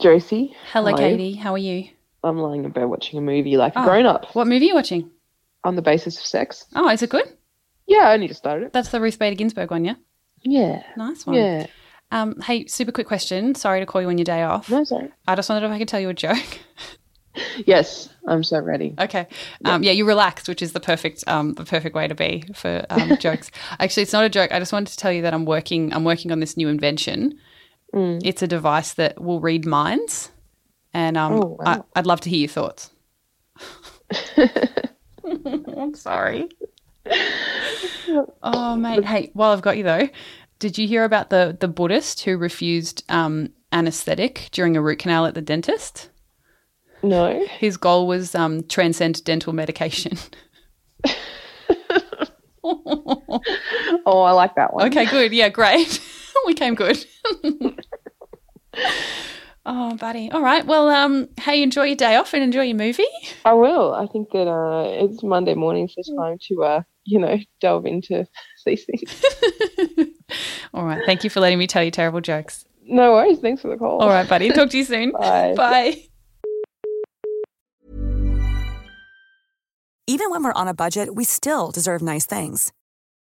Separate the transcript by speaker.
Speaker 1: Josie.
Speaker 2: Hello, Katie. How are you?
Speaker 1: I'm lying in bed watching a movie like
Speaker 2: Oh.
Speaker 1: a grown up
Speaker 2: What movie are you watching?
Speaker 1: on the basis of sex.
Speaker 2: Oh, is it good?
Speaker 1: Yeah, I only just started it.
Speaker 2: That's the Ruth Bader Ginsburg one, yeah?
Speaker 1: Yeah.
Speaker 2: Nice one.
Speaker 1: Yeah.
Speaker 2: Um, hey, super quick question. Sorry to call you on your day off.
Speaker 1: No, sorry.
Speaker 2: I just wondered if I could tell you a joke.
Speaker 1: Yes, I'm so ready.
Speaker 2: Okay. Um, yeah, you relaxed, which is the perfect um, the perfect way to be for um, jokes. Actually, it's not a joke. I just wanted to tell you that I'm working I'm working on this new invention.
Speaker 1: Mm.
Speaker 2: It's a device that will read minds, and um,
Speaker 1: Oh, wow.
Speaker 2: I, I'd love to hear your thoughts. I'm sorry. Oh mate, hey, while I've got you though, did you hear about the the Buddhist who refused um, anesthetic during a root canal at the dentist?
Speaker 1: No.
Speaker 2: His goal was um, transcend dental medication.
Speaker 1: Oh, I like that one.
Speaker 2: Okay, good. Yeah, great. we came good. oh, buddy. All right. Well, um, hey, enjoy your day off and enjoy your movie.
Speaker 1: I will. I think that uh, it's Monday morning, so it's
Speaker 2: Mm.
Speaker 1: time to, uh, you know, delve into these things.
Speaker 2: All right. Thank you for letting me tell you terrible jokes.
Speaker 1: No worries. Thanks for the call.
Speaker 2: All right, buddy. Talk to you soon.
Speaker 1: Bye.
Speaker 2: Bye.
Speaker 3: Even when we're on a budget, we still deserve nice things.